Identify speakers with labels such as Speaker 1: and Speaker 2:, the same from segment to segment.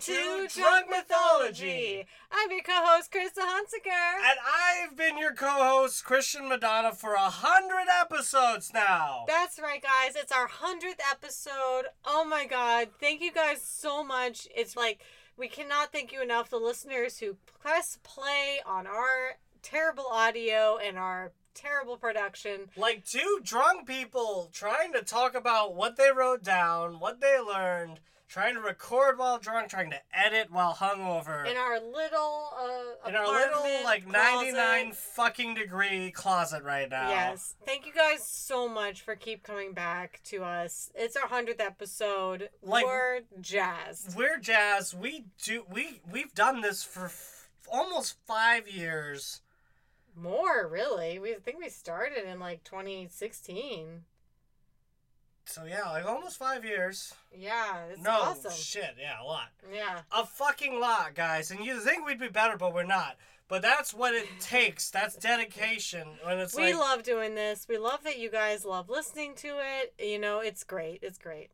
Speaker 1: to Drunk Mythology.
Speaker 2: I'm your co-host, Krista Hunsaker.
Speaker 1: And I've been your co host, Christian Madonna, for a hundred episodes now.
Speaker 2: That's right, guys. It's our hundredth episode. Oh my god! Thank you guys so much. It's like we cannot thank you enough. The listeners who press play on our terrible audio and our terrible production.
Speaker 1: Like two drunk people trying to talk about what they wrote down, what they learned, trying to record while drunk, trying to edit while hungover.
Speaker 2: In our little uh,
Speaker 1: in our little
Speaker 2: apartment
Speaker 1: like
Speaker 2: closet.
Speaker 1: 99 fucking degree closet right now.
Speaker 2: Yes. Thank you guys so much for keep coming back to us. It's our 100th episode.
Speaker 1: Like-
Speaker 2: We're jazzed.
Speaker 1: We're jazz. We do we we've done this for f- almost 5 years.
Speaker 2: More, really. We I think we started in like 2016.
Speaker 1: So yeah, like almost 5 years.
Speaker 2: Yeah, it's
Speaker 1: no
Speaker 2: awesome.
Speaker 1: shit, yeah, a lot.
Speaker 2: yeah.
Speaker 1: a fucking lot, guys. And you think we'd be better, but we're not. But that's what it takes. That's dedication. When it's
Speaker 2: we
Speaker 1: like,
Speaker 2: love doing this. We love that you guys love listening to it. You know, it's great. It's great.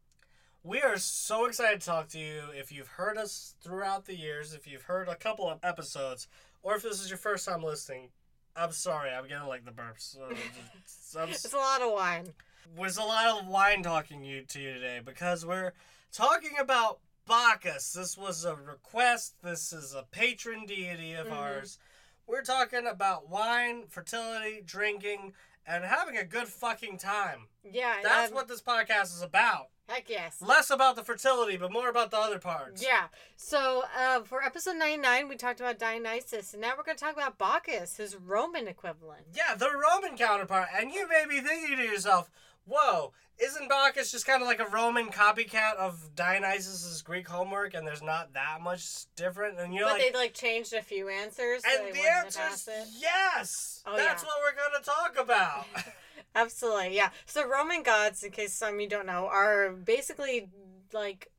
Speaker 1: we are so excited to talk to you. If you've heard us throughout the years, if you've heard a couple of episodes, or if this is your first time listening, I'm sorry. I'm getting like the burps. I'm
Speaker 2: It's a lot of wine.
Speaker 1: was a lot of wine talking you to you today because we're talking about Bacchus. This was a request. This is a patron deity of
Speaker 2: Mhm.
Speaker 1: ours. We're talking about wine, fertility, drinking, and having a good fucking time.
Speaker 2: Yeah. and
Speaker 1: That's
Speaker 2: I'm-
Speaker 1: what this podcast is about.
Speaker 2: Heck yes.
Speaker 1: Less about the fertility, but more about the other parts.
Speaker 2: Yeah. So uh, for episode 99, we talked about Dionysus, and now we're going to talk about Bacchus, his Roman equivalent.
Speaker 1: Yeah, the Roman counterpart. And you may be thinking to yourself, whoa, isn't Bacchus just kind of like a Roman copycat of Dionysus' Greek homework and there's not that much different? And you're
Speaker 2: but
Speaker 1: like,
Speaker 2: they like changed a few answers. so they
Speaker 1: and the
Speaker 2: wouldn't
Speaker 1: answer
Speaker 2: pass
Speaker 1: is
Speaker 2: it.
Speaker 1: yes.
Speaker 2: Oh,
Speaker 1: That's
Speaker 2: yeah.
Speaker 1: what we're going to talk about.
Speaker 2: Absolutely, yeah. So Roman gods, in case some of you don't know, are basically like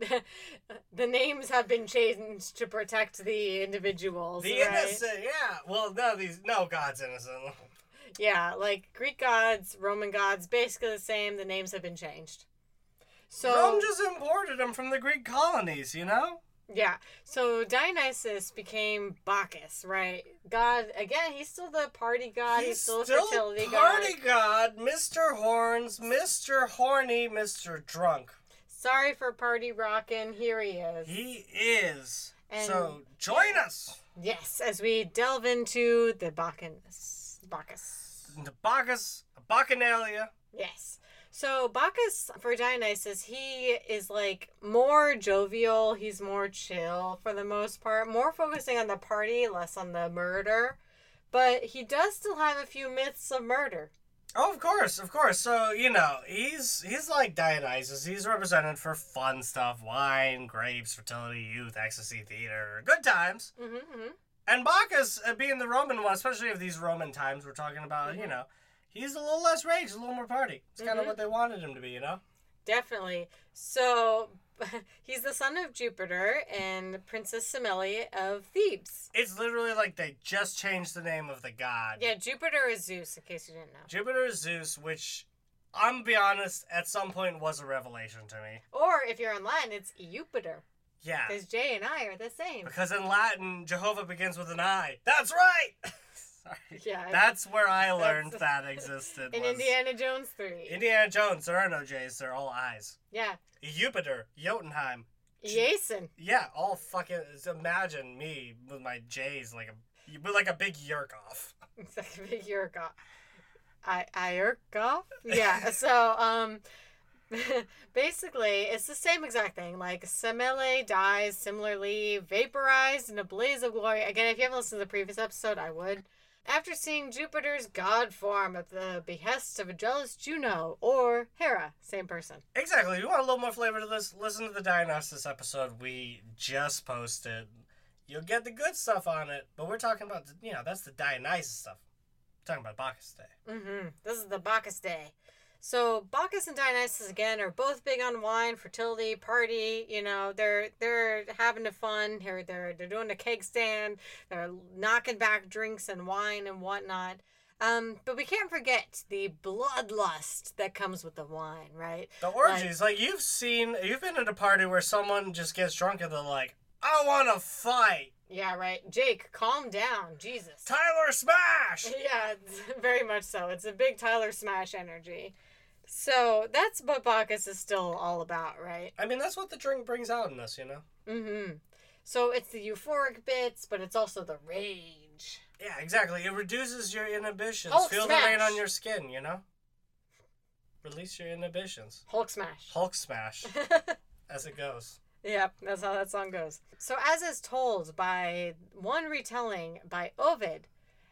Speaker 2: the names have been changed to protect the individuals.
Speaker 1: the
Speaker 2: right?
Speaker 1: innocent, yeah. Well, no, these no God's innocent.
Speaker 2: Yeah, like Greek gods, Roman gods, basically the same. The names have been changed. So
Speaker 1: Rome just imported them from the Greek colonies, you know.
Speaker 2: yeah, so Dionysus became Bacchus, right? God again. He's still the party god. He's, still, a fertility god.
Speaker 1: party god, Mr. Horns, Mr. Horny, Mr. Drunk.
Speaker 2: Sorry for party rockin'. Here he is.
Speaker 1: He is.
Speaker 2: And-
Speaker 1: so join us
Speaker 2: Yes, as we delve into the Bacchus. Bacchus.
Speaker 1: into Bacchus, Bacchanalia.
Speaker 2: Yes. So Bacchus for Dionysus, he is like more jovial, he's more chill for the most part, more focusing on the party, less on the murder. But he does still have a few myths of murder.
Speaker 1: Oh, of course, of course. So you know he's he's like Dionysus. He's represented for fun stuff: wine, grapes, fertility, youth, ecstasy, theater, good times.
Speaker 2: hmm
Speaker 1: And Bacchus, uh, being the Roman one, especially of these Roman times we're talking about, you
Speaker 2: Mhm.
Speaker 1: know, he's a little less rage, a little more party. It's kind
Speaker 2: Mhm.
Speaker 1: of what they wanted him to be, you know.
Speaker 2: Definitely. So he's the son of Jupiter and Princess Semele of Thebes.
Speaker 1: It's literally like they just changed the name of the god.
Speaker 2: Yeah, Jupiter is Zeus, in case you didn't know.
Speaker 1: Jupiter is Zeus, which I'm gonna be honest, at some point was a revelation to me.
Speaker 2: Or if you're in Latin, it's Jupiter.
Speaker 1: Yeah.
Speaker 2: Because Jay and I are the same.
Speaker 1: Because in Latin, Jehovah begins with an I. That's right. Sorry.
Speaker 2: Yeah.
Speaker 1: That's where I learned
Speaker 2: That's-
Speaker 1: that existed.
Speaker 2: in
Speaker 1: was-
Speaker 2: Indiana Jones 3.
Speaker 1: Indiana Jones. There are no J's. They're all I's.
Speaker 2: yeah.
Speaker 1: Jupiter, Jotunheim.
Speaker 2: Jason.
Speaker 1: Yeah, all fucking. Imagine me with my J's like a with like a big yerk off.
Speaker 2: It's like a big Yurkov. I Ierkoff? Yeah. So, um basically it's the same exact thing. Like Semele dies similarly, vaporized in a blaze of glory. Again, if you haven't listened to the previous episode, I would. After seeing Jupiter's god form at the behest of a jealous Juno or Hera, same person.
Speaker 1: Exactly. You want a little more flavor to this? Listen to the Diagnosis episode we just posted. You'll get the good stuff on it, but we're talking about, the, you know, that's the Dionysus stuff. We're talking about Bacchus Day.
Speaker 2: Mm-hmm. This is the Bacchus Day. So Bacchus and Dionysus again are both big on wine, fertility, party. You know they're they're having the fun. They're they're they're doing the keg stand. They're knocking back drinks and wine and whatnot. Um, but we can't forget the bloodlust that comes with the wine, right?
Speaker 1: The orgies, like, you've seen, you've been at a party where someone just gets drunk and they're like, "I want to fight."
Speaker 2: Yeah, right. Jake, calm down. Jesus.
Speaker 1: Tyler Smash.
Speaker 2: yeah, it's very much so. It's a big Tyler Smash energy. So that's what Bacchus is still all about, right?
Speaker 1: I mean, that's what the drink brings out in us, you know.
Speaker 2: Mm-hmm. So it's the euphoric bits, but it's also the rage.
Speaker 1: Yeah, exactly. It reduces your inhibitions.
Speaker 2: Hulk
Speaker 1: Feel the
Speaker 2: smash.
Speaker 1: rain on your skin, you know? Release your inhibitions.
Speaker 2: Hulk smash.
Speaker 1: Hulk smash as it goes.
Speaker 2: Yep, that's how that song goes. So, as is told by one retelling by Ovid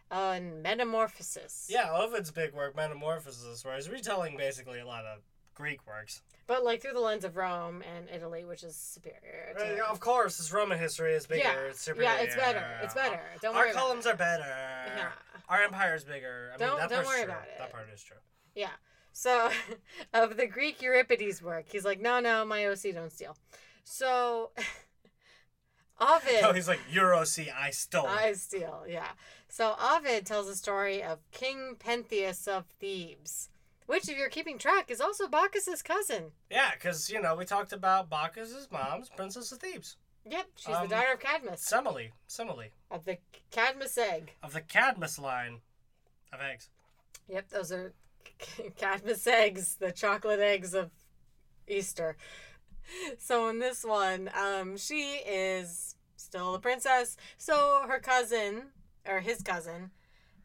Speaker 2: on Metamorphosis.
Speaker 1: Yeah, Ovid's big work, Metamorphosis, where he's retelling basically a lot of Greek works.
Speaker 2: But, like, through the lens of Rome and Italy, which is superior. To...
Speaker 1: Uh, Of course, this Roman history is bigger.
Speaker 2: yeah.
Speaker 1: It's super
Speaker 2: yeah, it's better. It's better. Don't worry
Speaker 1: Our columns
Speaker 2: about
Speaker 1: are better.
Speaker 2: it. Yeah.
Speaker 1: Our empire's bigger. I
Speaker 2: Don't-
Speaker 1: mean, that
Speaker 2: don't
Speaker 1: part's
Speaker 2: worry
Speaker 1: true.
Speaker 2: about it.
Speaker 1: That part is true.
Speaker 2: Yeah. So, of the Greek Euripides work, he's like, no, no, my OC don't steal. So, Ovid.
Speaker 1: No, Oh, he's like, Euro C, I stole it.
Speaker 2: I steal, yeah. So Ovid tells the story of King Pentheus of Thebes, which, if you're keeping track, is also Bacchus's cousin.
Speaker 1: Yeah, because, you know, we talked about Bacchus' mom's Princess of Thebes.
Speaker 2: Yep, she's
Speaker 1: Um,
Speaker 2: the daughter of Cadmus,
Speaker 1: Semele. Semele.
Speaker 2: of the Cadmus egg.
Speaker 1: of the Cadmus line of eggs.
Speaker 2: Yep, those are Cadmus eggs, the chocolate eggs of Easter. So in this one, um, she is still a princess. So her cousin, or his cousin,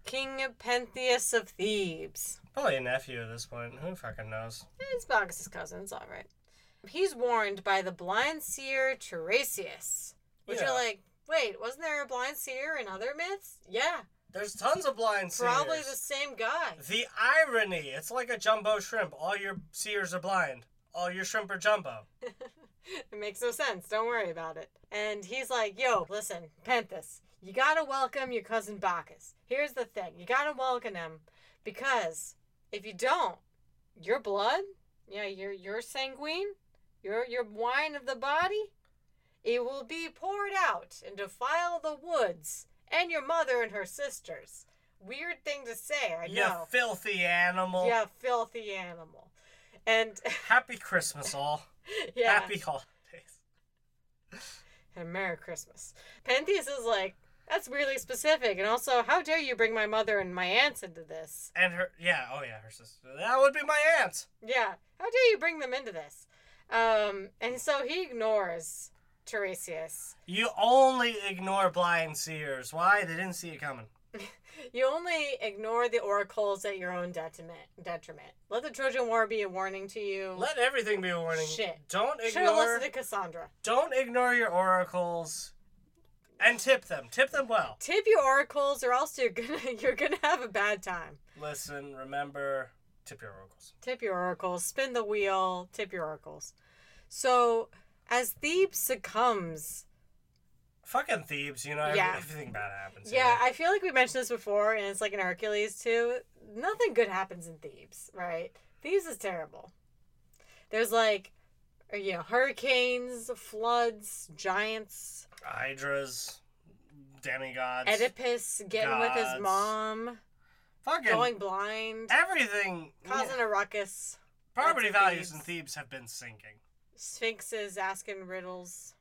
Speaker 2: King Pentheus of Thebes.
Speaker 1: Probably a nephew at this point. Who fucking knows?
Speaker 2: It's Bacchus' cousin. It's all right. He's warned by the blind seer Tiresias. Which
Speaker 1: Yeah.
Speaker 2: are like, wait, wasn't there a blind seer in other myths? Yeah,
Speaker 1: There's tons of blind seers.
Speaker 2: probably the same guy.
Speaker 1: The irony. It's like a jumbo shrimp. All your seers are blind. All your shrimp are jumbo.
Speaker 2: It makes no sense. Don't worry about it. And he's like, yo, listen, Penthus, you gotta welcome your cousin Bacchus. Here's the thing you gotta welcome him because if you don't, your blood, yeah, your, your sanguine, your, your wine of the body, it will be poured out and defile the woods and your mother and her sisters. Weird thing to say, I
Speaker 1: You
Speaker 2: know.
Speaker 1: filthy animal.
Speaker 2: Yeah, filthy animal. And
Speaker 1: Happy Christmas, all.
Speaker 2: yeah.
Speaker 1: Happy holidays.
Speaker 2: and Merry Christmas. Pentheus is like, that's really specific. And also, how dare you bring my mother and my aunts into this?
Speaker 1: And her, yeah, oh yeah, her sister. That would be my aunt.
Speaker 2: Yeah, how dare you bring them into this? Um, and so he ignores Tiresias.
Speaker 1: You only ignore blind seers. Why? They didn't see it coming.
Speaker 2: You only ignore the oracles at your own detriment. detriment. Let the Trojan War be a warning to you.
Speaker 1: Let everything be a warning.
Speaker 2: Shit.
Speaker 1: Don't
Speaker 2: Should have
Speaker 1: ignore.
Speaker 2: listened to Cassandra.
Speaker 1: Don't ignore your oracles, and tip them. Tip them well.
Speaker 2: Tip your oracles, or else you're gonna you're gonna have a bad time.
Speaker 1: Listen, remember, tip your oracles.
Speaker 2: Tip your oracles, spin the wheel, tip your oracles. So, as Thebes succumbs,
Speaker 1: Fucking Thebes, you know, every-
Speaker 2: Yeah.
Speaker 1: everything bad happens.
Speaker 2: yeah,
Speaker 1: here.
Speaker 2: I feel like we mentioned this before, and it's like in Hercules too. Nothing good happens in Thebes, right? Thebes is terrible. There's like, uh, you know, hurricanes, floods, giants,
Speaker 1: Hydras, demigods,
Speaker 2: Oedipus getting with
Speaker 1: gods.
Speaker 2: his mom,
Speaker 1: fucking
Speaker 2: going blind,
Speaker 1: everything.
Speaker 2: causing a ruckus,
Speaker 1: property
Speaker 2: Lots of
Speaker 1: values in
Speaker 2: Thebes.
Speaker 1: Thebes have been sinking.
Speaker 2: sphinxes asking riddles.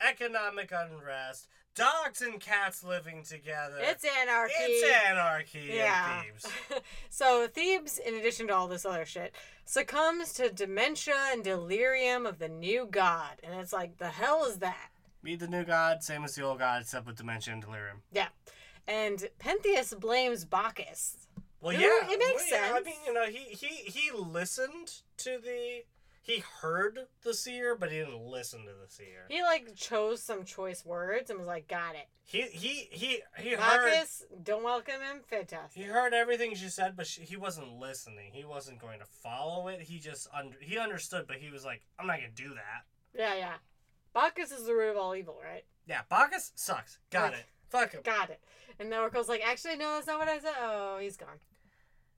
Speaker 1: Economic unrest, dogs and cats living together.
Speaker 2: It's anarchy.
Speaker 1: It's anarchy
Speaker 2: Yeah.
Speaker 1: in Thebes.
Speaker 2: So Thebes, in addition to all this other shit, succumbs to dementia and delirium of the new god, and it's like the hell is that?
Speaker 1: Meet the new god, same as the old god, except with dementia and delirium.
Speaker 2: Yeah, and Pentheus blames Bacchus.
Speaker 1: Well,
Speaker 2: No,
Speaker 1: yeah,
Speaker 2: it makes
Speaker 1: well, yeah,
Speaker 2: sense.
Speaker 1: I mean, you know, he he he listened to the he heard the seer, but he didn't listen to the seer.
Speaker 2: He like chose some choice words and was like, "Got it."
Speaker 1: He he he he heard
Speaker 2: Bacchus, don't welcome him.
Speaker 1: he
Speaker 2: Fantastic.
Speaker 1: heard everything she said, but she, he wasn't listening. He wasn't going to follow it. He just under he understood, but he was like, I'm not gonna do that.
Speaker 2: Yeah, yeah. Bacchus is the root of all evil, right?
Speaker 1: Yeah, Bacchus sucks. Got
Speaker 2: Like-
Speaker 1: it. Fuck him.
Speaker 2: Got it. And the oracle's like, "Actually, no, that's not what I said." Oh, he's gone.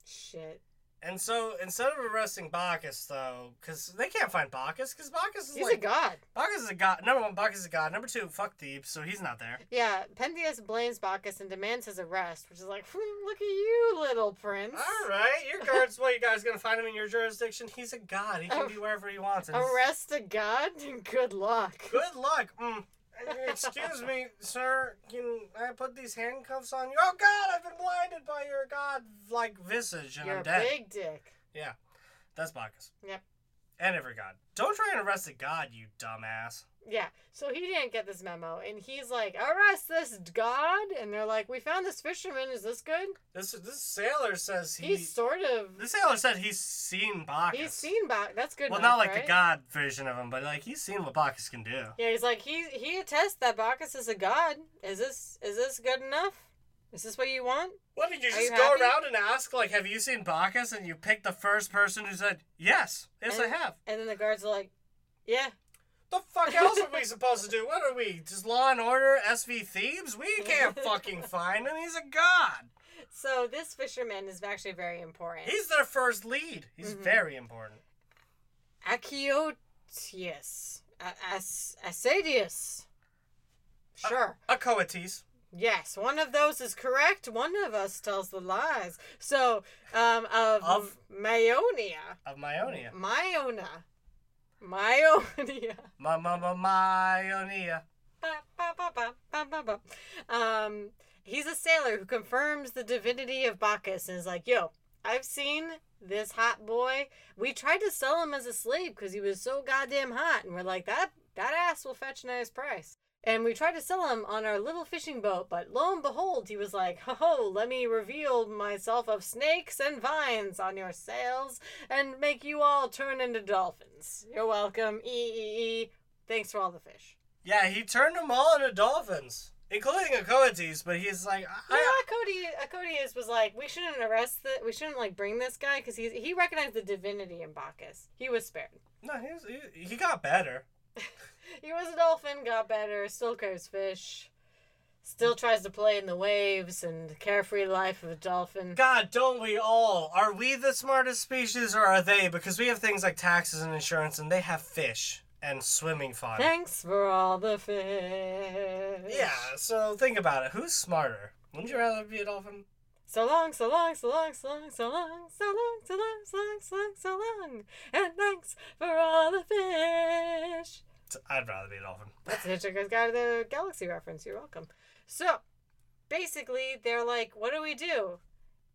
Speaker 2: Shit.
Speaker 1: And so instead of arresting Bacchus, though, because they can't find Bacchus, because Bacchus is
Speaker 2: He's
Speaker 1: like
Speaker 2: a god.
Speaker 1: Bacchus is a god. Number one, Bacchus is a god. Number two, fuck Thebes, so he's not there.
Speaker 2: Yeah, Pentheus blames Bacchus and demands his arrest, which is like, hmm, look at you, little prince.
Speaker 1: All right, your guards. well, you guys gonna find him in your jurisdiction? He's a god. He can be wherever he wants. and he's-
Speaker 2: Arrest Oh. a god? Good luck.
Speaker 1: Good luck. Mm. Excuse me, sir. Can I put these handcuffs on you? Oh God, I've been blinded by your god-like visage, and
Speaker 2: You're
Speaker 1: I'm
Speaker 2: a
Speaker 1: dead.
Speaker 2: big dick.
Speaker 1: That's Bacchus.
Speaker 2: Yep.
Speaker 1: And every god. Don't try and arrest a god, you dumbass.
Speaker 2: Yeah, so he didn't get this memo, and he's like, arrest this god? And they're like, we found this fisherman. Is this good?
Speaker 1: This this sailor says he.
Speaker 2: he's sort of.
Speaker 1: the sailor said he's seen Bacchus.
Speaker 2: He's seen Bacchus. That's good.
Speaker 1: Well,
Speaker 2: enough,
Speaker 1: not like
Speaker 2: right?
Speaker 1: the god version of him, but like he's seen what Bacchus can do.
Speaker 2: Yeah, he's like he he attests that Bacchus is a god. Is this is this good enough? Is this what you want?
Speaker 1: What did you
Speaker 2: Are
Speaker 1: just
Speaker 2: you
Speaker 1: go
Speaker 2: happy?
Speaker 1: around and ask like, have you seen Bacchus? And you picked the first person who said yes. Yes, I
Speaker 2: And-
Speaker 1: have.
Speaker 2: And then the guards are like, yeah,
Speaker 1: The fuck else are we supposed to do? What are we? Just Law and Order, SV Thieves? We can't fucking find him. He's a god.
Speaker 2: So this fisherman is actually very important.
Speaker 1: He's their first lead. He's
Speaker 2: Mhm.
Speaker 1: very important.
Speaker 2: Achiotius. A- As- Asadius. Sure.
Speaker 1: A coatis.
Speaker 2: yes, one of those is correct. One of us tells the lies. So, um, of,
Speaker 1: Of-
Speaker 2: Myonia.
Speaker 1: Of Myonia.
Speaker 2: Myona. Myonia.
Speaker 1: Ma ma ma Myonia.
Speaker 2: Ba- ba- ba- ba- ba- ba- ba. Um, he's a sailor who confirms the divinity of Bacchus and is like, yo, I've seen this hot boy. We tried to sell him as a slave because he was so goddamn hot, and we're like, that that ass will fetch a nice price. And we tried to sell him on our little fishing boat, but lo and behold, he was like, ho ho, let me reveal myself of snakes and vines on your sails and make you all turn into dolphins. You're welcome. E e e. Thanks for all the fish.
Speaker 1: Yeah, he turned them all into dolphins, including a coatis, but he's like, I,
Speaker 2: Yeah,
Speaker 1: I,
Speaker 2: Cody. uh, Cody is was like, we shouldn't arrest the, we shouldn't like bring this guy because he he recognized the divinity in Bacchus. He was spared.
Speaker 1: no, he, was, he, he got better.
Speaker 2: He was a dolphin, got better, still carries fish, still tries to play in the waves and carefree life of a dolphin.
Speaker 1: God, don't we all? Are we the smartest species or are they? Because we have things like taxes and insurance, and they have fish and swimming fun.
Speaker 2: Thanks for all the fish.
Speaker 1: Yeah, so think about it. Who's smarter? Wouldn't you rather be a dolphin?
Speaker 2: So long, so long, so long, so long, so long, so long, so long, so long, so long, so long, and thanks for all the fish.
Speaker 1: T- I'd rather be a dolphin.
Speaker 2: That's Hitchhiker's Guide to the Galaxy reference. You're welcome. So, basically, they're like, "What do we do?"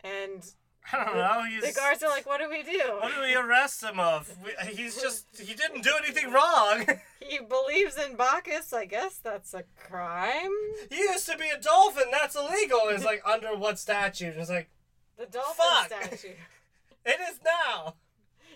Speaker 2: And
Speaker 1: I don't know. He's,
Speaker 2: the guards are like, "What do we do?"
Speaker 1: what do we arrest him of? We, he's just, he didn't do anything wrong.
Speaker 2: He believes in Bacchus. I guess that's a crime.
Speaker 1: he used to be a dolphin. That's illegal. And it's like, under what statute? And it's like,
Speaker 2: The dolphin
Speaker 1: Fuck.
Speaker 2: statue.
Speaker 1: it is now.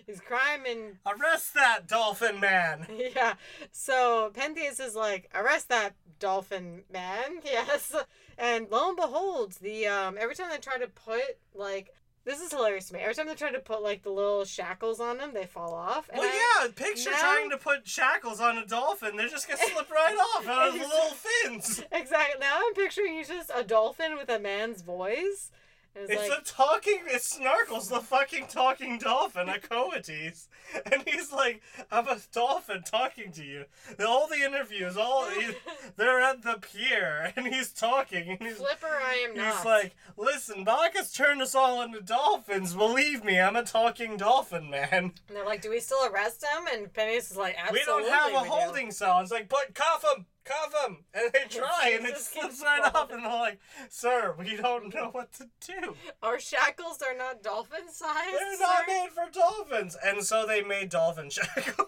Speaker 2: He's crime and
Speaker 1: Arrest that dolphin man.
Speaker 2: yeah. So Pentheus is like, "Arrest that dolphin man!" Yes. And lo and behold, the um, every time they try to put like. This is hilarious to me. Every time they try to put like the little shackles on them, they fall off. And
Speaker 1: Well,
Speaker 2: I-
Speaker 1: yeah, picture
Speaker 2: now-
Speaker 1: trying to put shackles on a dolphin. They're just going to slip right off out of the little fins.
Speaker 2: Exactly. Now I'm picturing he's just a dolphin with a man's voice. And it's,
Speaker 1: It's
Speaker 2: like,
Speaker 1: a talking. It snarkles the fucking talking dolphin, a coatis, and he's like, "I'm a dolphin talking to you." The- All the interviews, all he- they're at the pier, and he's talking, and he's
Speaker 2: Flipper, I am not.
Speaker 1: he's like, "Listen, Bacchus turned us all into dolphins. Believe me, I'm a talking dolphin, man.
Speaker 2: and they're like, do we still arrest him? And Pennies is like,
Speaker 1: We don't
Speaker 2: absolutely.
Speaker 1: have a
Speaker 2: we do."
Speaker 1: holding cell." It's like, "But cuff him." Cuff him, and they try, and it
Speaker 2: Jesus keeps
Speaker 1: slips right off,
Speaker 2: falling.
Speaker 1: and they're like, "Sir, we don't know what to do."
Speaker 2: Our shackles are not dolphin sized.
Speaker 1: They're not made for dolphins, and so they made dolphin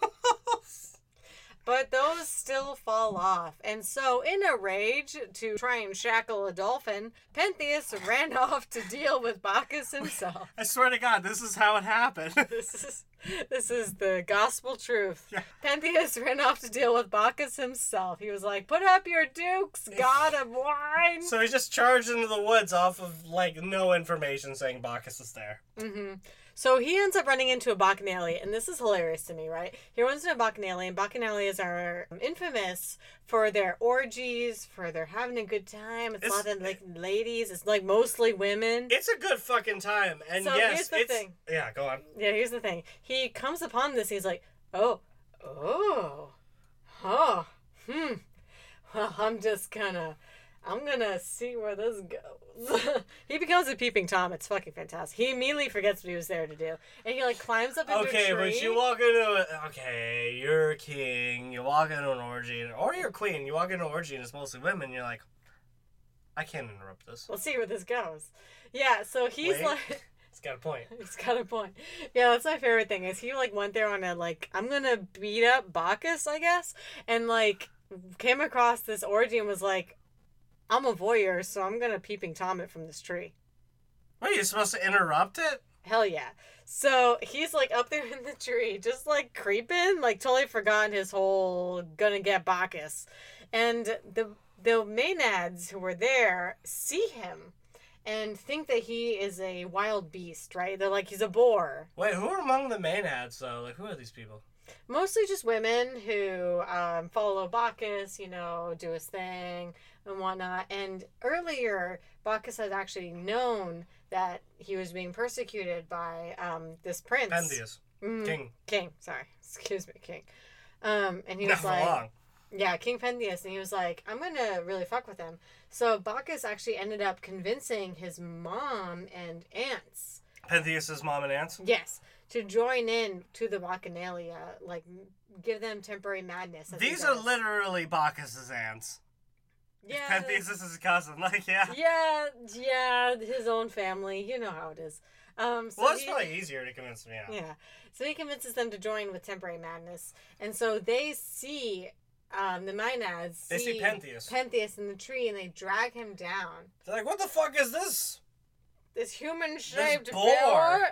Speaker 1: shackles.
Speaker 2: But those still fall off. And so, in a rage to try and shackle a dolphin, Pentheus ran off to deal with Bacchus himself.
Speaker 1: I swear to God, this is how it happened.
Speaker 2: This is this is the gospel truth.
Speaker 1: Yeah.
Speaker 2: Pentheus ran off to deal with Bacchus himself. He was like, "Put up your dukes, god of wine."
Speaker 1: so he just charged into the woods off of like no information saying Bacchus is there.
Speaker 2: hmm So he ends up running into a Bacchanale, and this is hilarious to me, right? He runs into a Bacchanale, and Bacchanales are um, infamous for their orgies, for their having a good time. It's, a
Speaker 1: It's-
Speaker 2: lot of like ladies, it's like mostly women.
Speaker 1: It's a good fucking time, and
Speaker 2: So
Speaker 1: yes,
Speaker 2: here's the
Speaker 1: it's
Speaker 2: thing.
Speaker 1: yeah. Go on.
Speaker 2: Yeah, here's the thing. He comes upon this. He's like, oh, oh, oh, hmm. Well, I'm just gonna, I'm gonna see where this goes. he becomes a peeping tom. It's fucking fantastic. He immediately forgets what he was there to do, and he like climbs up into a
Speaker 1: Okay,
Speaker 2: tree.
Speaker 1: but you walk into a, okay, you're a king. You walk into an orgy, or you're a queen. You walk into an orgy and it's mostly women. You're like, I can't interrupt this.
Speaker 2: We'll see where this goes. Yeah. So he's
Speaker 1: Wait.
Speaker 2: like.
Speaker 1: It's got a point.
Speaker 2: He's got a point. Yeah, that's my favorite thing is he like went there on a like I'm gonna beat up Bacchus, I guess, and like came across this orgy and was like, I'm a voyeur, so I'm gonna peeping tom it from this tree.
Speaker 1: Wait, you're supposed to interrupt it?
Speaker 2: Hell yeah. So he's like up there in the tree, just like creeping, like totally forgotten his whole gonna get Bacchus. And the the Maenads who were there see him and think that he is a wild beast, right? They're like he's a boar.
Speaker 1: Wait, who are among the main ads though? Like, who are these people?
Speaker 2: mostly just women who um, follow Bacchus, you know, do his thing and whatnot. And earlier, Bacchus had actually known that he was being persecuted by um, this prince.
Speaker 1: Pentheus,
Speaker 2: Mm,
Speaker 1: king.
Speaker 2: King, sorry. Excuse me, King. Um, and he
Speaker 1: Not
Speaker 2: was
Speaker 1: for
Speaker 2: like,
Speaker 1: long.
Speaker 2: yeah, King Pentheus, and he was like, I'm gonna really fuck with him. So Bacchus actually ended up convincing his mom and aunts
Speaker 1: Pentheus's mom and aunts.
Speaker 2: Yes, to join in to the Bacchanalia, like m- give them temporary madness. as he
Speaker 1: These are
Speaker 2: does.
Speaker 1: literally Bacchus's aunts.
Speaker 2: yeah,
Speaker 1: Pentheus is his cousin. Like, yeah.
Speaker 2: yeah, yeah, his own family. You know how it is. Um, so
Speaker 1: well, it's
Speaker 2: he-
Speaker 1: probably easier to convince me. Yeah.
Speaker 2: yeah, so he convinces them to join with temporary madness, and so they see um, the Maenads.
Speaker 1: They see Pentheus.
Speaker 2: Pentheus in the tree, and they drag him down.
Speaker 1: They're like, what the fuck is this?
Speaker 2: This human-shaped
Speaker 1: boar.
Speaker 2: boar.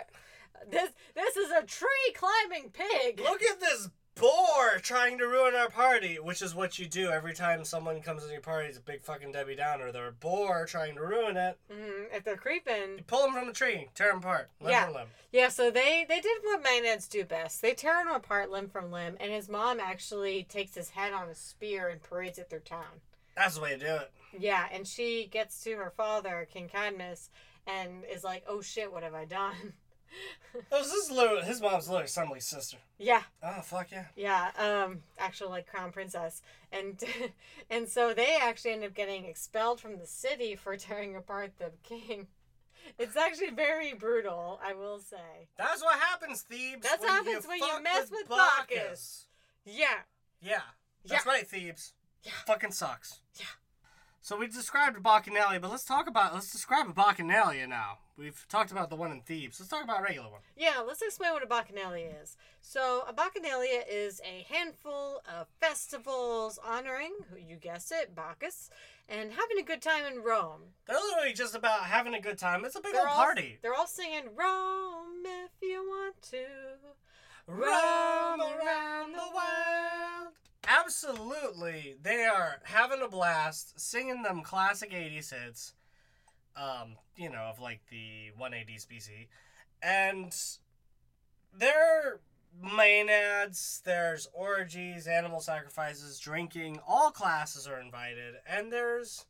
Speaker 2: This this is a tree climbing pig.
Speaker 1: Look at this boar trying to ruin our party, which is what you do every time someone comes in your party. It's a big fucking Debbie Downer. They're a boar trying to ruin it.
Speaker 2: Mhm, if they're creeping.
Speaker 1: You pull them from the tree, tear them apart, limb
Speaker 2: Yeah.
Speaker 1: from limb.
Speaker 2: Yeah, so they they did what Maenads do best. They tear him apart limb from limb, and his mom actually takes his head on a spear and parades it through town.
Speaker 1: That's the way to do it.
Speaker 2: Yeah, and she gets to her father, King Cadmus, and is like, "Oh shit, what have I done?"
Speaker 1: This is literally, his mom's literally Assembly's sister.
Speaker 2: yeah,
Speaker 1: Oh, fuck yeah.
Speaker 2: yeah, um, actual like crown princess, and and so they actually end up getting expelled from the city for tearing apart the king. It's actually very brutal, I will say.
Speaker 1: That's what happens, Thebes.
Speaker 2: That's
Speaker 1: you
Speaker 2: happens when you
Speaker 1: fuck
Speaker 2: mess with Bacchus. Yeah,
Speaker 1: Yeah. That's right, Thebes.
Speaker 2: Yeah.
Speaker 1: Fucking sucks.
Speaker 2: Yeah.
Speaker 1: So we described a Bacchanalia, but let's talk about let's describe a Bacchanalia now. We've talked about the one in Thebes. Let's talk about a regular one.
Speaker 2: Yeah, let's explain what a bacchanalia is. So, a bacchanalia is a handful of festivals honoring, who you guessed it, Bacchus, and having a good time in Rome.
Speaker 1: They're literally just about having a good time. It's a big
Speaker 2: They're
Speaker 1: old
Speaker 2: all-
Speaker 1: party.
Speaker 2: They're all singing Rome if you want to.
Speaker 1: Roam around the world. Absolutely. They are having a blast, singing them classic 80s hits, um, you know, of like the 180s BC. And they're maenads, there's orgies, animal sacrifices, drinking. All classes are invited, and there's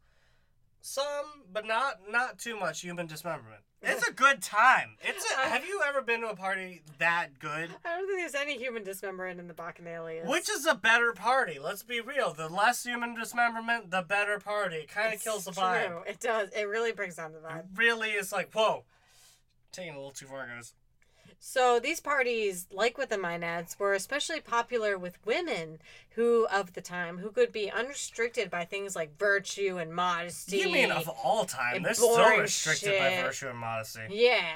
Speaker 1: some, but not not too much human dismemberment. It's a good time. It's a, have you ever been to a party that good?
Speaker 2: I don't think there's any human dismemberment in the bacchanalia.
Speaker 1: Which is a better party? Let's be real. The less human dismemberment, the better party. It kind of kills the vibe.
Speaker 2: It does. It really brings down the vibe.
Speaker 1: It really is like, whoa, taking it a little too far, guys.
Speaker 2: So these parties, like with the Maenads, were especially popular with women who of the time who could be unrestricted by things like virtue and modesty.
Speaker 1: You mean of all time?
Speaker 2: and
Speaker 1: They're so
Speaker 2: boring
Speaker 1: restricted by
Speaker 2: shit.
Speaker 1: virtue and modesty.
Speaker 2: Yeah.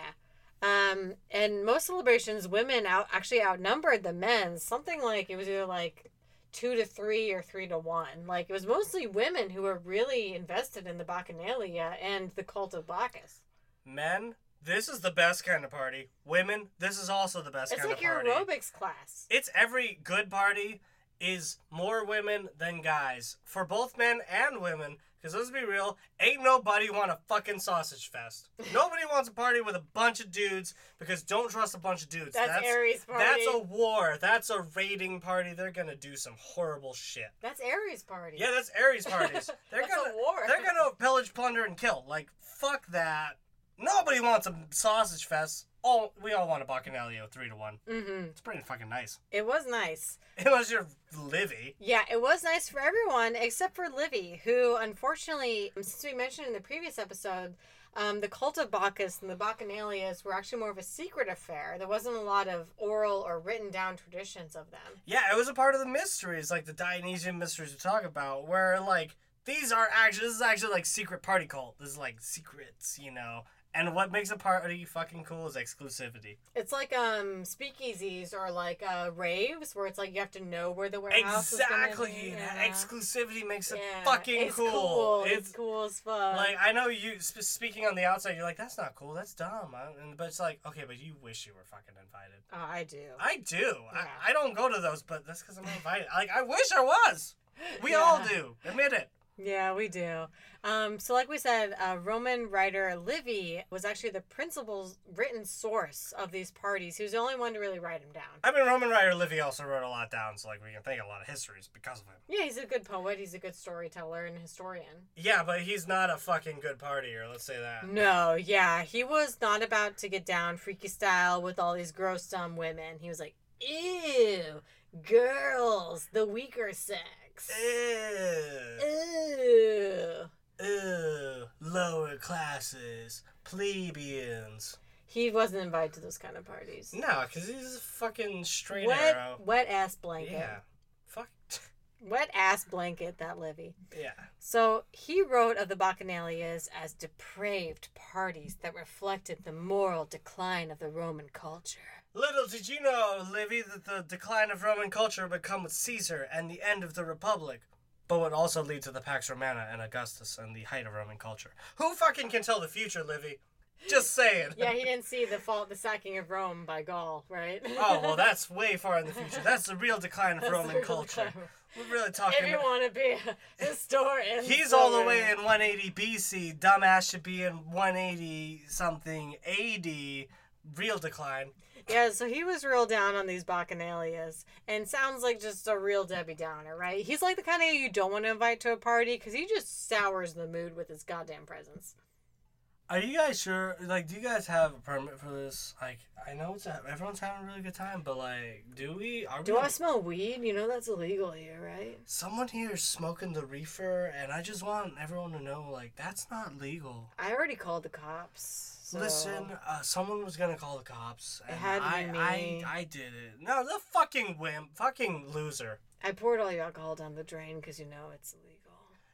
Speaker 2: Um, and most celebrations, women out actually outnumbered the men. Something like it was either like two to three or three to one. Like it was mostly women who were really invested in the Bacchanalia and the cult of Bacchus.
Speaker 1: Men, this is the best kind of party. Women, this is also the best
Speaker 2: It's
Speaker 1: kind
Speaker 2: like
Speaker 1: of
Speaker 2: your
Speaker 1: party.
Speaker 2: aerobics class.
Speaker 1: It's every good party is more women than guys for both men and women. Because let's be real, ain't nobody want a fucking sausage fest. Nobody wants a party with a bunch of dudes because don't trust a bunch of dudes.
Speaker 2: That's, Aries party.
Speaker 1: that's a war. That's a raiding party. They're gonna do some horrible shit.
Speaker 2: That's Aries party.
Speaker 1: Yeah, that's Aries parties. They're
Speaker 2: That's
Speaker 1: gonna
Speaker 2: a war.
Speaker 1: they're gonna pillage, plunder, and kill. Like fuck that. Nobody wants a sausage fest. All we all want a Bacchanalio three to one.
Speaker 2: Mm-hmm.
Speaker 1: It's pretty fucking nice.
Speaker 2: It was nice.
Speaker 1: Unless you're Livy.
Speaker 2: Yeah, it was nice for everyone except for Livy, who unfortunately, um, since we mentioned in the previous episode, um, the cult of Bacchus and the Bacchanalias were actually more of a secret affair. There wasn't a lot of oral or written down traditions of them.
Speaker 1: Yeah, it was a part of the mysteries, like the Dionysian mysteries we talk about, where like these are actually this is actually like secret party cult. This is like secrets, you know. And what makes a party fucking cool is exclusivity.
Speaker 2: It's like um speakeasies or like uh raves where it's like you have to know where the warehouse
Speaker 1: exactly.
Speaker 2: is.
Speaker 1: that
Speaker 2: Exactly.
Speaker 1: Exclusivity makes it fucking
Speaker 2: it's
Speaker 1: cool.
Speaker 2: It's, cool as fuck.
Speaker 1: Like I know you sp- speaking on the outside, you're like, "That's not cool. That's dumb." I, and, but it's like, okay, but you wish you were fucking invited.
Speaker 2: oh, I do.
Speaker 1: I do.
Speaker 2: Yeah.
Speaker 1: I, I don't go to those, but that's because I'm not invited. like I wish I was. We all
Speaker 2: Yeah.
Speaker 1: do. Admit it.
Speaker 2: Yeah, we do. Um, so, like we said, uh, Roman writer Livy was actually the principal written source of these parties. He was the only one to really write them down.
Speaker 1: I mean, Roman writer Livy also wrote a lot down, so like we can think a lot of histories because of him.
Speaker 2: Yeah, he's a good poet. He's a good storyteller and historian.
Speaker 1: Yeah, but he's not a fucking good partier. Let's say that.
Speaker 2: No, yeah, he was not about to get down freaky style with all these gross dumb women. He was like, ew, girls, the weaker sex.
Speaker 1: Ew,
Speaker 2: Ew.
Speaker 1: ew, lower classes, plebeians.
Speaker 2: He wasn't invited to those kind of parties.
Speaker 1: No, because he's a fucking straight arrow.
Speaker 2: Wet, wet ass blanket.
Speaker 1: Yeah. Fuck.
Speaker 2: Wet ass blanket, that Livy.
Speaker 1: Yeah.
Speaker 2: So he wrote of the Bacchanalias as depraved parties that reflected the moral decline of the Roman culture.
Speaker 1: Little did you know, Livy, that the decline of Roman culture would come with Caesar and the end of the Republic, but would also lead to the Pax Romana and Augustus and the height of Roman culture. Who fucking can tell the future, Livy? Just saying.
Speaker 2: Yeah, he didn't see the fault, the sacking of Rome by Gaul, right?
Speaker 1: oh, well, that's way far in the future. That's the real decline of Roman culture. We're really
Speaker 2: If
Speaker 1: talking
Speaker 2: you
Speaker 1: about.
Speaker 2: want to be a historian,
Speaker 1: He's all the way in 180 BC. Dumbass should be in 180 something AD. Real decline.
Speaker 2: Yeah, so he was real down on these bacchanalias, and sounds like just a real Debbie Downer, right? He's like the kind of guy you don't want to invite to a party because he just sours the mood with his goddamn presence.
Speaker 1: Are you guys sure? Like, do you guys have a permit for this? Like, I know it's a, everyone's having a really good time, but like, do we? Are
Speaker 2: Do
Speaker 1: we?
Speaker 2: I smell weed? You know that's illegal here, right?
Speaker 1: Someone here is smoking the reefer, and I just want everyone to know, like, that's not legal.
Speaker 2: I already called the cops. So.
Speaker 1: Listen, uh, someone was gonna call the cops, and
Speaker 2: had to
Speaker 1: I,
Speaker 2: be me.
Speaker 1: I, I did it. No, the fucking wimp, fucking loser.
Speaker 2: I poured all your alcohol down the drain because you know it's illegal.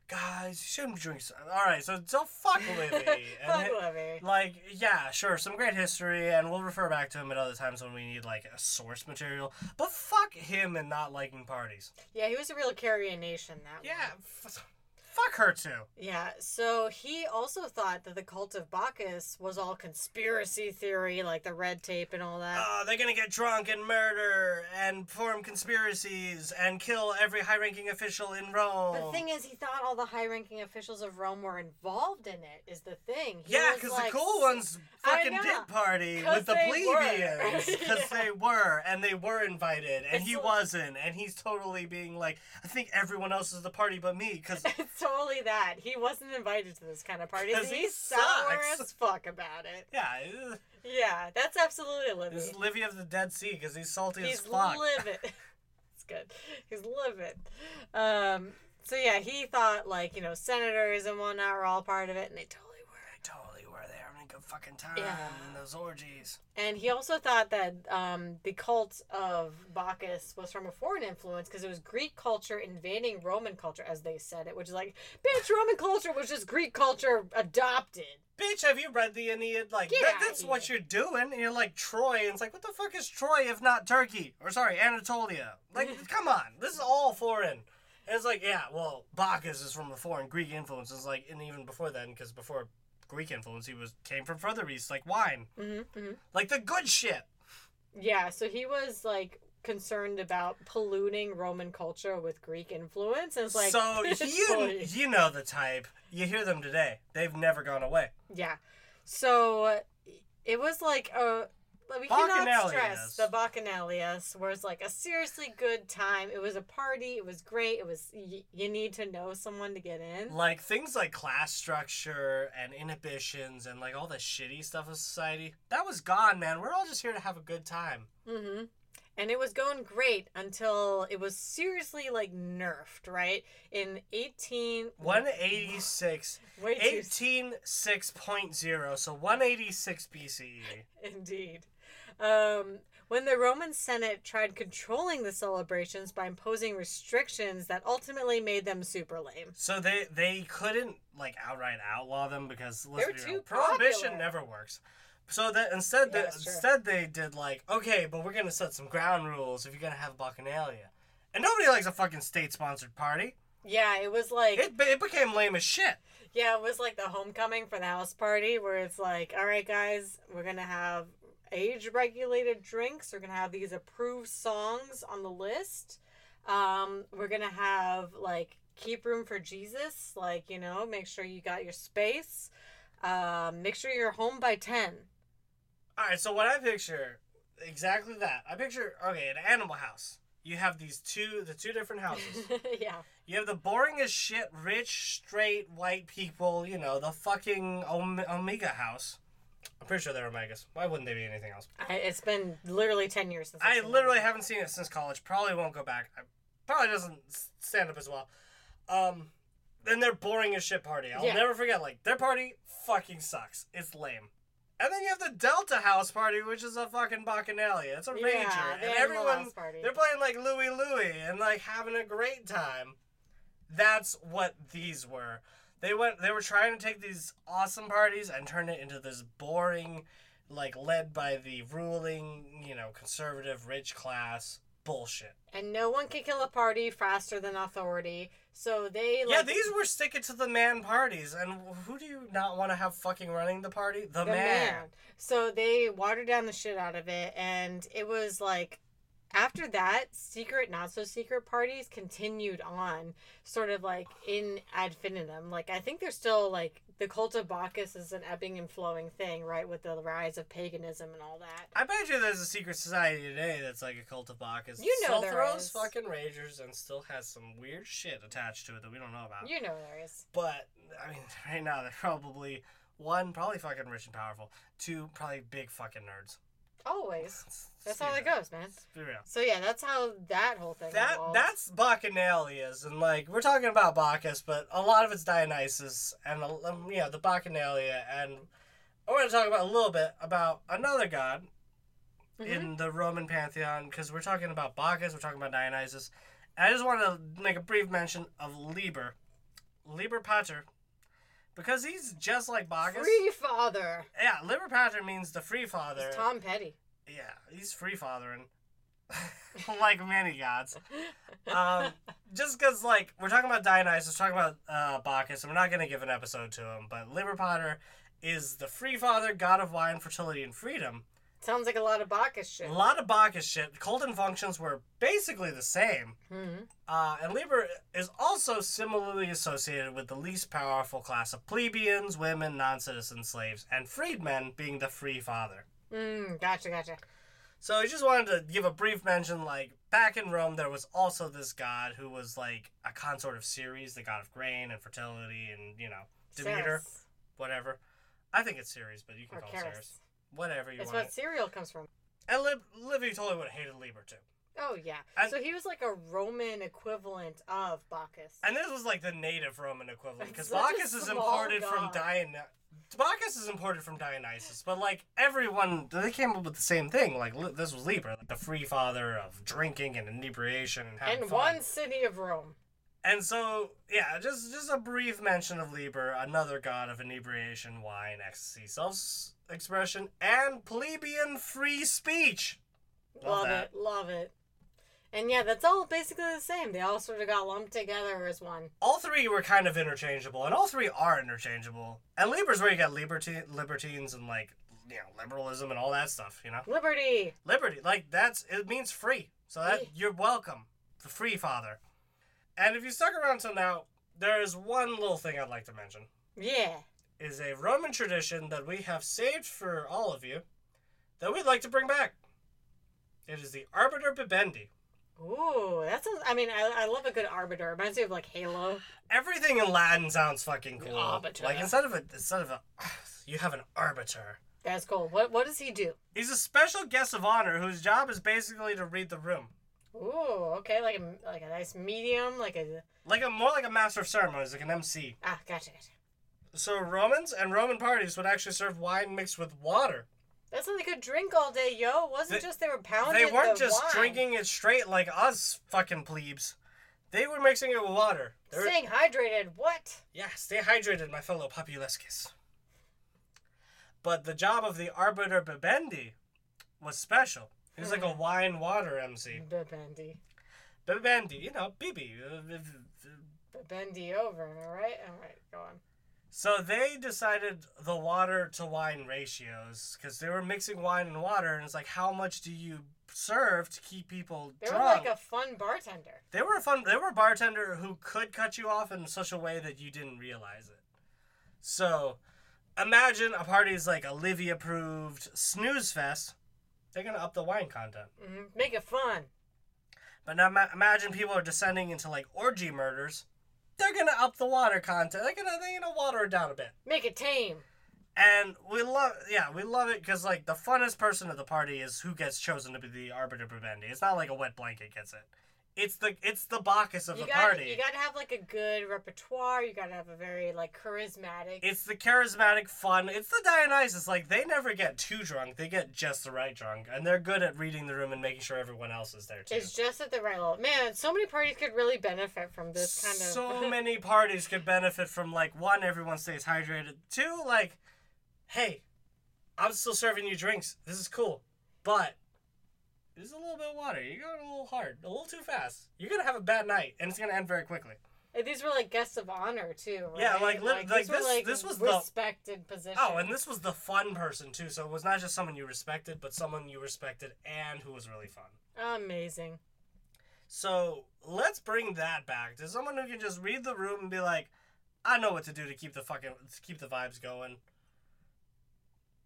Speaker 1: Guys, you shouldn't be drinking. All right, so so fuck Livy. and
Speaker 2: Fuck
Speaker 1: hi-
Speaker 2: Levy.
Speaker 1: Like, yeah, sure, some great history, and we'll refer back to him at other times when we need, like, a source material. But fuck him and not liking parties.
Speaker 2: Yeah, he was a real carrier nation that
Speaker 1: Yeah,
Speaker 2: one.
Speaker 1: f- fuck her too.
Speaker 2: Yeah, so he also thought that the cult of Bacchus was all conspiracy theory, like the red tape and all that.
Speaker 1: Oh, they're gonna get drunk and murder and form conspiracies and kill every high ranking official in Rome.
Speaker 2: But the thing is, he thought all the high ranking officials of Rome were involved in it, is the thing. He
Speaker 1: yeah,
Speaker 2: was
Speaker 1: because
Speaker 2: like,
Speaker 1: the cool ones
Speaker 2: I
Speaker 1: fucking
Speaker 2: know,
Speaker 1: did party
Speaker 2: 'cause
Speaker 1: with the
Speaker 2: they were.
Speaker 1: plebeians because
Speaker 2: Yeah.
Speaker 1: they were and they were invited and
Speaker 2: It's
Speaker 1: he
Speaker 2: like-
Speaker 1: wasn't and he's totally being like, I think everyone else is at the party but me because
Speaker 2: It's totally that. He wasn't invited to this kind of party.
Speaker 1: 'Cause
Speaker 2: and
Speaker 1: he
Speaker 2: He's sour
Speaker 1: sucks.
Speaker 2: as fuck about it.
Speaker 1: yeah. it-
Speaker 2: Yeah, that's absolutely Libby.
Speaker 1: This is Livy of the Dead Sea because he's salty
Speaker 2: He's
Speaker 1: as fuck.
Speaker 2: livid. it's good. He's livid. Um, so yeah, he thought like you know senators and whatnot were all part of it, and they totally were.
Speaker 1: I totally were there having a good fucking time
Speaker 2: Yeah.
Speaker 1: in those orgies.
Speaker 2: And he also thought that um, the cult of Bacchus was from a foreign influence because it was Greek culture invading Roman culture, as they said it, which is like, bitch, Roman culture was just Greek culture adopted.
Speaker 1: Bitch, have you read the Aeneid? Like
Speaker 2: Get
Speaker 1: that,
Speaker 2: outta
Speaker 1: that's what
Speaker 2: here.
Speaker 1: you're doing. And you're like Troy, and it's like, what the fuck is Troy if not Turkey? Or sorry, Anatolia. Like, come on, this is all foreign. And it's like, yeah, well, Bacchus is from the foreign Greek influence. It's like, and even before then, because before Greek influence, he was came from further east, like wine,
Speaker 2: Mm-hmm,
Speaker 1: like the good shit.
Speaker 2: Yeah, so he was like concerned about polluting Roman culture with Greek influence. And it's like,
Speaker 1: so
Speaker 2: it's
Speaker 1: you
Speaker 2: like-
Speaker 1: you know the type. You hear them today. They've never gone away.
Speaker 2: yeah. So it was like a. We cannot
Speaker 1: Bacchanalias.
Speaker 2: stress the Bacchanalias was like a seriously good time. It was a party. It was great. It was y- you need to know someone to get in.
Speaker 1: Like things like class structure and inhibitions and like all the shitty stuff of society. That was gone, man. We're all just here to have a good time.
Speaker 2: Mm-hmm. And it was going great until it was seriously like nerfed, right? In 18.
Speaker 1: 186
Speaker 2: Way too
Speaker 1: 186.0 so 186 BCE.
Speaker 2: Indeed. Um, when the Roman Senate tried controlling the celebrations by imposing restrictions that ultimately made them super lame.
Speaker 1: So they they couldn't like outright outlaw them because let's
Speaker 2: They're
Speaker 1: be
Speaker 2: too
Speaker 1: real, prohibition
Speaker 2: popular.
Speaker 1: never works. So that instead
Speaker 2: Yeah,
Speaker 1: that
Speaker 2: that's true.
Speaker 1: instead they did like okay, but we're gonna set some ground rules if you're gonna have bacchanalia, and nobody likes a fucking state sponsored party.
Speaker 2: Yeah, it was like
Speaker 1: It be- it became lame as shit.
Speaker 2: yeah, it was like the homecoming for the house party where it's like, all right, guys, we're gonna have age regulated drinks. We're gonna have these approved songs on the list. Um, we're gonna have like keep room for Jesus. Like you know, make sure you got your space. Um, make sure you're home by ten.
Speaker 1: All right, so what I picture exactly that I picture okay an animal house. You have these two the two different houses.
Speaker 2: yeah.
Speaker 1: You have the boring as shit, rich, straight, white people, you know, the fucking Ome- Omega house. I'm pretty sure they're Omegas. Why wouldn't they be anything else?
Speaker 2: I, it's been literally 10 years since I've
Speaker 1: I
Speaker 2: seen
Speaker 1: literally
Speaker 2: it.
Speaker 1: haven't seen it since college. Probably won't go back. I, probably doesn't s- stand up as well. Um, then they're boring as shit party. I'll
Speaker 2: Yeah.
Speaker 1: never forget. Like their party fucking sucks. It's lame. And then you have the Delta House party, which is a fucking bacchanalia. It's a rager,
Speaker 2: Yeah, the
Speaker 1: and
Speaker 2: Animal
Speaker 1: everyone
Speaker 2: House party.
Speaker 1: they're playing like Louie Louie and like having a great time. That's what these were. They went. They were trying to take these awesome parties and turn it into this boring, like led by the ruling, you know, conservative rich class bullshit.
Speaker 2: And no one can kill a party faster than authority. So they like.
Speaker 1: yeah, these were stick it to the man parties, and who do you not want to have fucking running the party? The,
Speaker 2: the
Speaker 1: man.
Speaker 2: man. So they watered down the shit out of it. And it was like. After that, secret, not so secret parties continued on, sort of like in ad infinitum. Like, I think they're still like the cult of Bacchus is an ebbing and flowing thing, right? With the rise of paganism and all that.
Speaker 1: I bet you there's a secret society today that's like a cult of Bacchus.
Speaker 2: You know
Speaker 1: still
Speaker 2: there
Speaker 1: throws
Speaker 2: is.
Speaker 1: fucking ragers and still has some weird shit attached to it that we don't know about.
Speaker 2: You know, there is.
Speaker 1: But I mean, right now they're probably one, probably fucking rich and powerful. Two, probably big fucking nerds.
Speaker 2: Always. That's how
Speaker 1: it
Speaker 2: it goes, man. So yeah, that's how that whole thing.
Speaker 1: That
Speaker 2: evolved.
Speaker 1: that's Bacchanalias, and like we're talking about Bacchus, but a lot of it's Dionysus, and um, you know the Bacchanalia, and I want to talk about a little bit about another god
Speaker 2: Mhm.
Speaker 1: in the Roman pantheon because we're talking about Bacchus, we're talking about Dionysus. And I just want to make a brief mention of Liber, Liber Pater, because he's just like Bacchus.
Speaker 2: free father.
Speaker 1: Yeah, Liber Pater means the free father.
Speaker 2: It's Tom Petty.
Speaker 1: yeah, he's free fathering, like many gods. Um, just because, like, we're talking about Dionysus, we're talking about uh, Bacchus, and we're not going to give an episode to him, but Liber Pater is the free father, god of wine, fertility, and freedom.
Speaker 2: Sounds like a lot of Bacchus shit.
Speaker 1: A lot of Bacchus shit. Colton functions were basically the same.
Speaker 2: Mhm.
Speaker 1: Uh, and Liber is also similarly associated with the least powerful class of plebeians, women, non citizen slaves, and freedmen being the free father.
Speaker 2: Mm, gotcha, gotcha.
Speaker 1: So I just wanted to give a brief mention. Like back in Rome, there was also this god who was like a consort of Ceres, the god of grain and fertility, and you know Demeter,
Speaker 2: Ceres.
Speaker 1: whatever. I think it's Ceres, but you can
Speaker 2: Or
Speaker 1: call it Ceres,
Speaker 2: Ceres.
Speaker 1: whatever you
Speaker 2: It's
Speaker 1: want.
Speaker 2: what
Speaker 1: It.
Speaker 2: cereal comes from.
Speaker 1: And Lib- Livy totally would have hated Liber too.
Speaker 2: Oh yeah.
Speaker 1: And-
Speaker 2: so he was like a Roman equivalent of Bacchus.
Speaker 1: And this was like the native Roman equivalent because
Speaker 2: It's such a
Speaker 1: Bacchus is
Speaker 2: small
Speaker 1: imported from
Speaker 2: god.
Speaker 1: Dionysus. Bacchus is imported from Dionysus, but like everyone, they came up with the same thing. Like li- this was Liber, like the free father of drinking and inebriation and having
Speaker 2: And
Speaker 1: fun.
Speaker 2: one city of Rome.
Speaker 1: And so, yeah, just just a brief mention of Liber, another god of inebriation, wine, ecstasy, self-expression, and plebeian free speech. Love
Speaker 2: Love,
Speaker 1: that.
Speaker 2: it. Love it. And yeah, that's all basically the same. They all sort of got lumped together as one.
Speaker 1: All three were kind of interchangeable, and all three are interchangeable. And Liber's where you got liberti- libertines and like you know liberalism and all that stuff. You know,
Speaker 2: Liberty.
Speaker 1: liberty like that's it means free. So that
Speaker 2: Yeah.
Speaker 1: you're welcome, the free father. And if you stuck around till now, there is one little thing I'd like to mention.
Speaker 2: Yeah.
Speaker 1: Is a Roman tradition that we have saved for all of you that we'd like to bring back. It is the Arbiter Bibendi.
Speaker 2: Ooh, that sounds. I mean, I, I love a good arbiter. Reminds me of like Halo.
Speaker 1: Everything in Latin sounds fucking cool.
Speaker 2: Arbiter.
Speaker 1: Like instead of a instead of a you have an arbiter.
Speaker 2: That's cool. What What does he do?
Speaker 1: He's a special guest of honor whose job is basically to read the room.
Speaker 2: Ooh, okay, like a like a nice medium, like a
Speaker 1: Like a more like a master of ceremonies, like an MC.
Speaker 2: ah, gotcha, gotcha.
Speaker 1: So Romans and Roman parties would actually serve wine mixed with water.
Speaker 2: That's how they could drink all day, yo. It wasn't
Speaker 1: They-
Speaker 2: just they were pounding.
Speaker 1: they weren't
Speaker 2: the
Speaker 1: just
Speaker 2: wine.
Speaker 1: drinking it straight like us fucking plebes. They were mixing it with water. They were-
Speaker 2: Staying hydrated. What?
Speaker 1: yeah, stay hydrated, my fellow populescus. But the job of the arbiter Bibendi was special. He was like
Speaker 2: Hmm.
Speaker 1: a wine water MC.
Speaker 2: Bebendi,
Speaker 1: Bibendi, you know, Bibi. uh, uh, uh,
Speaker 2: bebendi over. All right, all right, go on.
Speaker 1: So they decided the water to wine ratios because they were mixing wine and water, and it's like, how much do you serve to keep people
Speaker 2: They were
Speaker 1: drunk?
Speaker 2: like a fun bartender.
Speaker 1: they were a fun. They were a bartender who could cut you off in such a way that you didn't realize it. So, imagine a party is like Olivia approved snooze fest. They're gonna up the wine content,
Speaker 2: hmm Make it fun.
Speaker 1: but now ma- imagine people are descending into like orgy murders. They're gonna up the water content. They're gonna they're gonna water it down a bit.
Speaker 2: Make it tame.
Speaker 1: And we love, yeah, we love it because like the funnest person at the party is who gets chosen to be the arbiter provendi. It's not like a wet blanket gets it. It's the it's the Bacchus of
Speaker 2: You
Speaker 1: the
Speaker 2: got
Speaker 1: party.
Speaker 2: you got to have like a good repertoire. You got to have a very like charismatic.
Speaker 1: it's the charismatic fun. It's the Dionysus. Like they never get too drunk. They get just the right drunk, and they're good at reading the room and making sure everyone else is there too.
Speaker 2: It's just at the right level. Man, so many parties could really benefit from this kind of.
Speaker 1: so many parties could benefit from like one, everyone stays hydrated. Two, like, hey, I'm still serving you drinks. This is cool, but this is a little bit of water. You're going a little hard, a little too fast. You're gonna have a bad night, and it's gonna end very quickly.
Speaker 2: And these were like guests of honor too. Right?
Speaker 1: Yeah, like, lit- like,
Speaker 2: these were,
Speaker 1: this- this was the-
Speaker 2: respected position.
Speaker 1: Oh, and this was the fun person too, so it was not just someone you respected, but someone you respected and who was really fun.
Speaker 2: amazing.
Speaker 1: So let's bring that back to someone who can just read the room and be like, I know what to do to keep the fucking to keep the vibes going.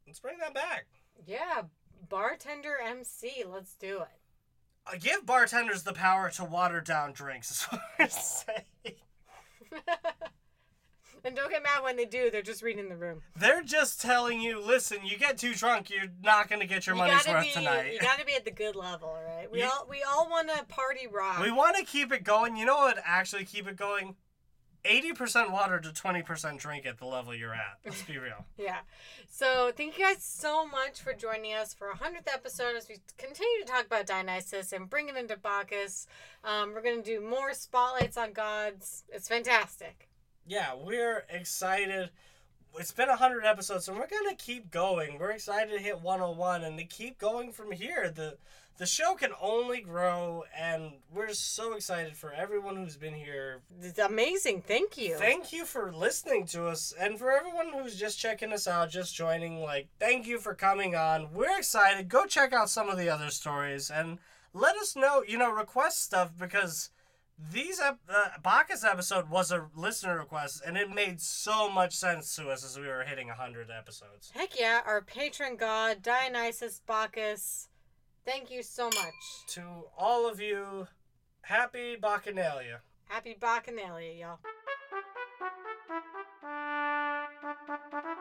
Speaker 1: Let's bring that back.
Speaker 2: Yeah, bartender MC. Let's do it.
Speaker 1: Uh, give bartenders the power to water down drinks. Is what we're saying.
Speaker 2: And don't get mad when they do. They're just reading the room.
Speaker 1: They're just telling you, listen, you get too drunk, you're not gonna get your
Speaker 2: you
Speaker 1: money's
Speaker 2: gotta
Speaker 1: worth
Speaker 2: be.
Speaker 1: tonight.
Speaker 2: You gotta be at the good level, all right? We
Speaker 1: You-
Speaker 2: all we all want to party rock.
Speaker 1: we want to keep it going. You know what? would Actually, keep it going. Eighty percent water to twenty percent drink at the level you're at. Let's be real.
Speaker 2: Yeah. So thank you guys so much for joining us for our hundredth episode as we continue to talk about Dionysus and bring it into Bacchus. Um, we're gonna do more spotlights on gods. It's fantastic.
Speaker 1: yeah, we're excited. It's been 100 episodes, and we're going to keep going. We're excited to hit 101 and to keep going from here. The the show can only grow, and we're so excited for everyone who's been here.
Speaker 2: It's amazing. Thank you.
Speaker 1: Thank you for listening to us, and for everyone who's just checking us out, just joining, like, thank you for coming on. We're excited. Go check out some of the other stories, and let us know, you know, request stuff, because these ep- uh, Bacchus episode was a listener request, and it made so much sense to us as we were hitting hundred episodes.
Speaker 2: Heck yeah, our patron god Dionysus Bacchus. Thank you so much.
Speaker 1: To all of you, happy Bacchanalia.
Speaker 2: Happy Bacchanalia, y'all.